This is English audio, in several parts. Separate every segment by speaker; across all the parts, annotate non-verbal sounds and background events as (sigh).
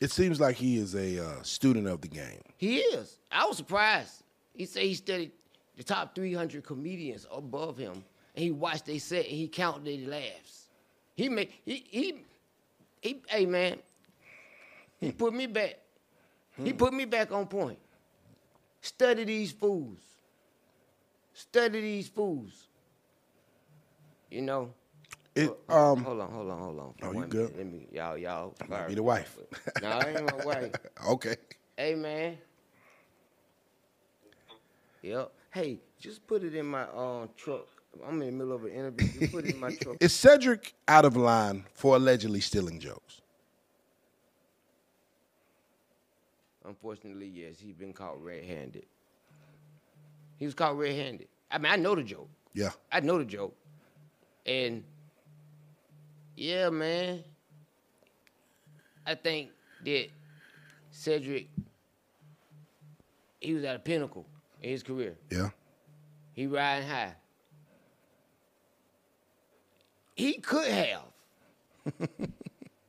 Speaker 1: It seems like he is a uh, student of the game.
Speaker 2: He is. I was surprised. He said he studied the top 300 comedians above him, and he watched they set and he counted their laughs. He made he he he. Hey man, he put me back. He put me back on point. Study these fools. Study these fools. You know.
Speaker 1: It
Speaker 2: Ho- ho-
Speaker 1: um
Speaker 2: hold on, hold on, hold on. for
Speaker 1: Oh, you
Speaker 2: one
Speaker 1: good?
Speaker 2: minute. Let me, y'all, y'all.
Speaker 1: might be
Speaker 2: sorry.
Speaker 1: the wife.
Speaker 2: No, I ain't
Speaker 1: (laughs)
Speaker 2: my wife.
Speaker 1: okay.
Speaker 2: Hey man. Yep. Hey, just put it in my um truck. I'm in the middle of an interview. Just put it
Speaker 1: (laughs)
Speaker 2: in my truck.
Speaker 1: Is Cedric out of line for allegedly stealing jokes?
Speaker 2: Unfortunately, yes, he's been caught red-handed. He was caught red-handed. I mean, I know the joke.
Speaker 1: Yeah.
Speaker 2: I know the joke. And yeah, man. I think that Cedric he was at a pinnacle in his career.
Speaker 1: Yeah.
Speaker 2: He riding high. He could have.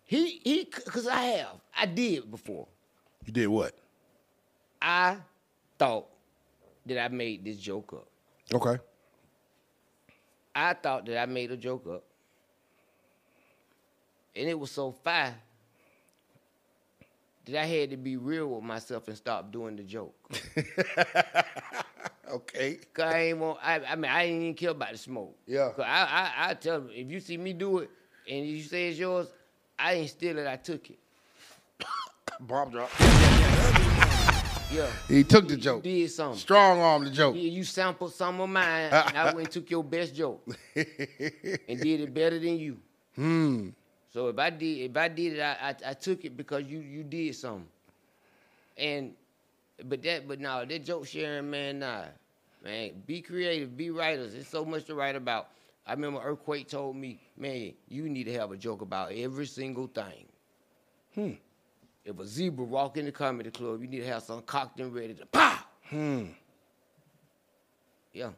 Speaker 2: he he cuz I have. I did before.
Speaker 1: You did what?
Speaker 2: I thought that I made this joke up.
Speaker 1: Okay.
Speaker 2: I thought that I made a joke up. And it was so fire that I had to be real with myself and stop doing the joke.
Speaker 1: Okay.
Speaker 2: Cause I ain't want. I, I mean, I didn't even care about the smoke.
Speaker 1: Yeah.
Speaker 2: 'Cause I, I, I tell them if you see me do it and you say it's yours, I didn't steal it. I took it.
Speaker 3: Bomb drop.
Speaker 2: Yeah.
Speaker 3: He took the
Speaker 2: You
Speaker 3: joke.
Speaker 2: Did something.
Speaker 3: Strong arm the joke.
Speaker 2: Yeah, you sampled some of mine, and I went and took your best joke
Speaker 1: (laughs)
Speaker 2: and did it better than you. Hmm. So if I did, if I did it, I, I, I took it because you you did something. And but that but no, that joke sharing, man, nah, man, be creative, be writers. There's so much to write about. I remember Earthquake told me, man, you need to have a joke about every single thing. Hmm. If a zebra walk in the comedy club, you need to have something cocked and ready to pow.
Speaker 1: Hmm.
Speaker 2: Yeah.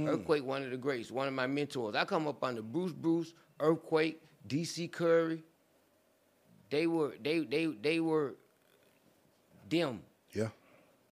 Speaker 2: Earthquake, one of the greats, one of my mentors. I come up under Bruce Bruce, Earthquake, DC Curry. They were they they they were them.
Speaker 1: Yeah.